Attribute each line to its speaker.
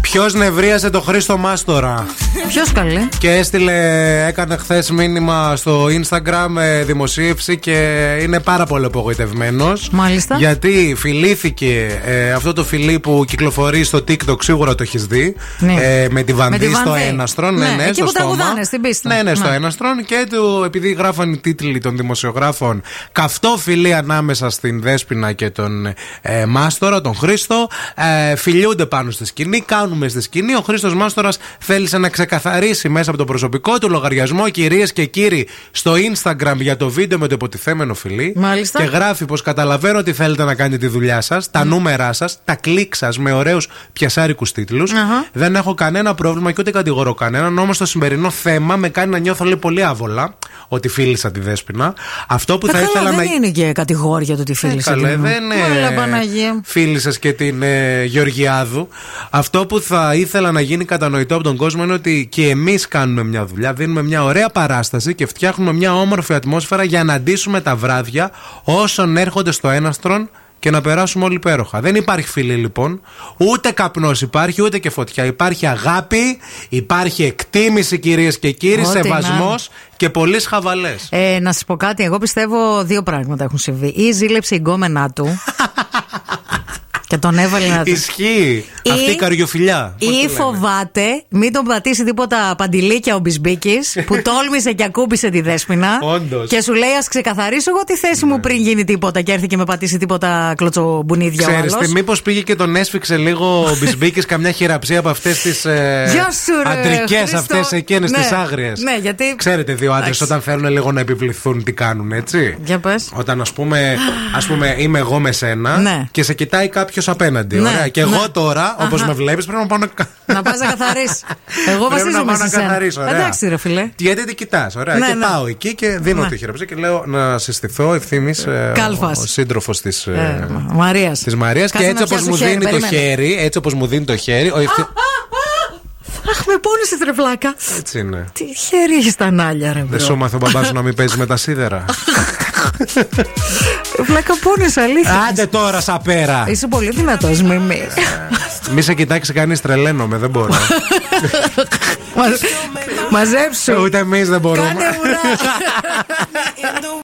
Speaker 1: Ποιος νευρίασε το Χρήστο Μάστορα.
Speaker 2: Ποιο καλέ.
Speaker 1: Και έστειλε, έκανε χθες μήνυμα στο Instagram ε, δημοσίευση και είναι πάρα πολύ απογοητευμένος.
Speaker 2: Μάλιστα.
Speaker 1: Γιατί φιλήθηκε ε, αυτό το φιλί που κυκλοφορεί στο TikTok, σίγουρα το έχεις δει.
Speaker 2: Ναι.
Speaker 1: Ε, με τη
Speaker 2: Με τη
Speaker 1: Βανδί στο
Speaker 2: Βανδύ.
Speaker 1: έναστρον. Ναι,
Speaker 2: Ναι,
Speaker 1: ναι,
Speaker 2: εκεί
Speaker 1: στο
Speaker 2: που
Speaker 1: στόμα.
Speaker 2: τραγουδάνε, στην πίστα.
Speaker 1: Ναι, ναι, στο
Speaker 2: Ναι.
Speaker 1: έναστρον. Και του, επειδή γράφαν οι τίτλοι των δημοσιογράφων Καυτό φιλί ανάμεσα στην Δέσποινα και τον ε, Μάστορα, τον Χρήστο. Ε, φιλιούνται πάνω στη σκηνή, κάνουμε στη σκηνή. Ο Χρήστος Μάστορας θέλησε να ξεκαθαρίσει μέσα από το προσωπικό του λογαριασμό, κυρίες και κύριοι, στο Instagram για το βίντεο με το υποτιθέμενο φιλί.
Speaker 2: Μάλιστα.
Speaker 1: Και γράφει πως καταλαβαίνω ότι θέλετε να κάνετε τη δουλειά σας, τα
Speaker 2: Ναι.
Speaker 1: νούμερά σας, τα κλικ σας με ωραίους πιασάρικους
Speaker 2: Αχα.
Speaker 1: δεν έχω κανένα πρόβλημα και ούτε κατηγορώ κανέναν. Όμως το σημερινό θέμα με κάνει να νιώθω λέει, πολύ άβολα ότι φίλησα τη Δέσποινα. Αυτό που θα
Speaker 2: Ε, Καλά,
Speaker 1: ήθελα
Speaker 2: δεν
Speaker 1: να.
Speaker 2: είναι και κατηγόρια του τη
Speaker 1: Ε,
Speaker 2: φίλη σου.
Speaker 1: καλέ, δεν
Speaker 2: Όλα Παναγία.
Speaker 1: φίλησες και την ε, Γεωργιάδου. Αυτό που θα ήθελα να γίνει κατανοητό από τον κόσμο είναι ότι και εμείς κάνουμε μια δουλειά, δίνουμε μια ωραία παράσταση και φτιάχνουμε μια όμορφη ατμόσφαιρα για να ντύσουμε τα βράδια όσων έρχονται στο έναστρον και να περάσουμε όλοι υπέροχα. Δεν υπάρχει φιλή λοιπόν. Ούτε καπνός υπάρχει, ούτε και φωτιά. Υπάρχει αγάπη, υπάρχει εκτίμηση κυρίες και κύριοι,
Speaker 2: Ό,τι να είναι.
Speaker 1: σεβασμό και πολλές χαβαλές.
Speaker 2: Ε, να σας πω κάτι. Εγώ πιστεύω δύο πράγματα έχουν συμβεί. Ή ζήλεψε η γκόμενά του. και τον έβαλε να.
Speaker 1: Ισχύει
Speaker 2: Ε, Ή-
Speaker 1: αυτή η καριοφιλιά. Πώς τη
Speaker 2: Ή
Speaker 1: λένε.
Speaker 2: φοβάται, μην τον πατήσει τίποτα παντιλίκια ο Μπισμπίκης που τόλμησε και ακούμπησε τη δέσπινα.
Speaker 1: Όντως. Ναι.
Speaker 2: Και σου λέει: Ας ξεκαθαρίσω εγώ τη θέση μου πριν γίνει τίποτα και έρθει και με πατήσει τίποτα κλωτσομπουνίδια ο
Speaker 1: Ξέρεις
Speaker 2: άλλος.
Speaker 1: τι, μήπως πήγε και τον έσφιξε λίγο ο Μπισμπίκης καμιά χειραψία από αυτές τις ε,
Speaker 2: Γεια σου, ρε,
Speaker 1: αντρικές
Speaker 2: Χρήστο.
Speaker 1: αυτές εκείνες
Speaker 2: Ναι.
Speaker 1: τις άγριες.
Speaker 2: Ναι, γιατί-
Speaker 1: Ξέρετε δύο άντρες
Speaker 2: Εντάξει.
Speaker 1: όταν θέλουν λίγο να επιβληθούν τι κάνουν έτσι.
Speaker 2: Για πες.
Speaker 1: Όταν ας πούμε, ας πούμε είμαι εγώ με σένα
Speaker 2: Ναι.
Speaker 1: και σε κοιτάει κάποιος απέναντι.
Speaker 2: Ναι,
Speaker 1: Ωραία. Και
Speaker 2: ναι.
Speaker 1: εγώ τώρα όπως
Speaker 2: Αχα.
Speaker 1: με βλέπεις πρέπει να πάω να... κα-
Speaker 2: Να πας να καθαρίσεις. Εγώ
Speaker 1: Πρέπει να
Speaker 2: βασίζομαι
Speaker 1: πάω να
Speaker 2: σε σένα.
Speaker 1: καθαρίσω. ωραία.
Speaker 2: Εντάξει, ρε φίλε.
Speaker 1: Γιατί δεν κοιτάς. Ωραία.
Speaker 2: Ναι,
Speaker 1: και
Speaker 2: ναι.
Speaker 1: πάω εκεί και δίνω
Speaker 2: Ναι.
Speaker 1: τη χειραψία και λέω να συστηθώ ευθύνη ο,
Speaker 2: Κάλφας.
Speaker 1: σύντροφος της
Speaker 2: Ε, Μαρίας.
Speaker 1: Της Μαρίας και
Speaker 2: Κάτσε
Speaker 1: έτσι
Speaker 2: να
Speaker 1: όπως
Speaker 2: πιάσω
Speaker 1: μου
Speaker 2: χέρι,
Speaker 1: δίνει το
Speaker 2: περίμενε.
Speaker 1: χέρι, έτσι όπως μου δίνει το χέρι. Ο ευθύ...
Speaker 2: Αχ, με πόνισε τρεβλάκα.
Speaker 1: Έτσι είναι.
Speaker 2: Τι χέρι έχεις στα νάλια, ρε
Speaker 1: Δεν
Speaker 2: μπρο.
Speaker 1: σου μάθω μπαμπά σου να μην παίζει με τα σίδερα.
Speaker 2: Βλάκα πόνισε, αλήθεια.
Speaker 1: Άντε τώρα σα πέρα.
Speaker 2: Είσαι πολύ δυνατός, Μιμή.
Speaker 1: Μη σε κοιτάξει κανείς, τρελαίνομαι, δεν μπορώ.
Speaker 2: Μαζέψου.
Speaker 1: Ούτε εμείς δεν μπορούμε.
Speaker 2: Κάντε ουρά.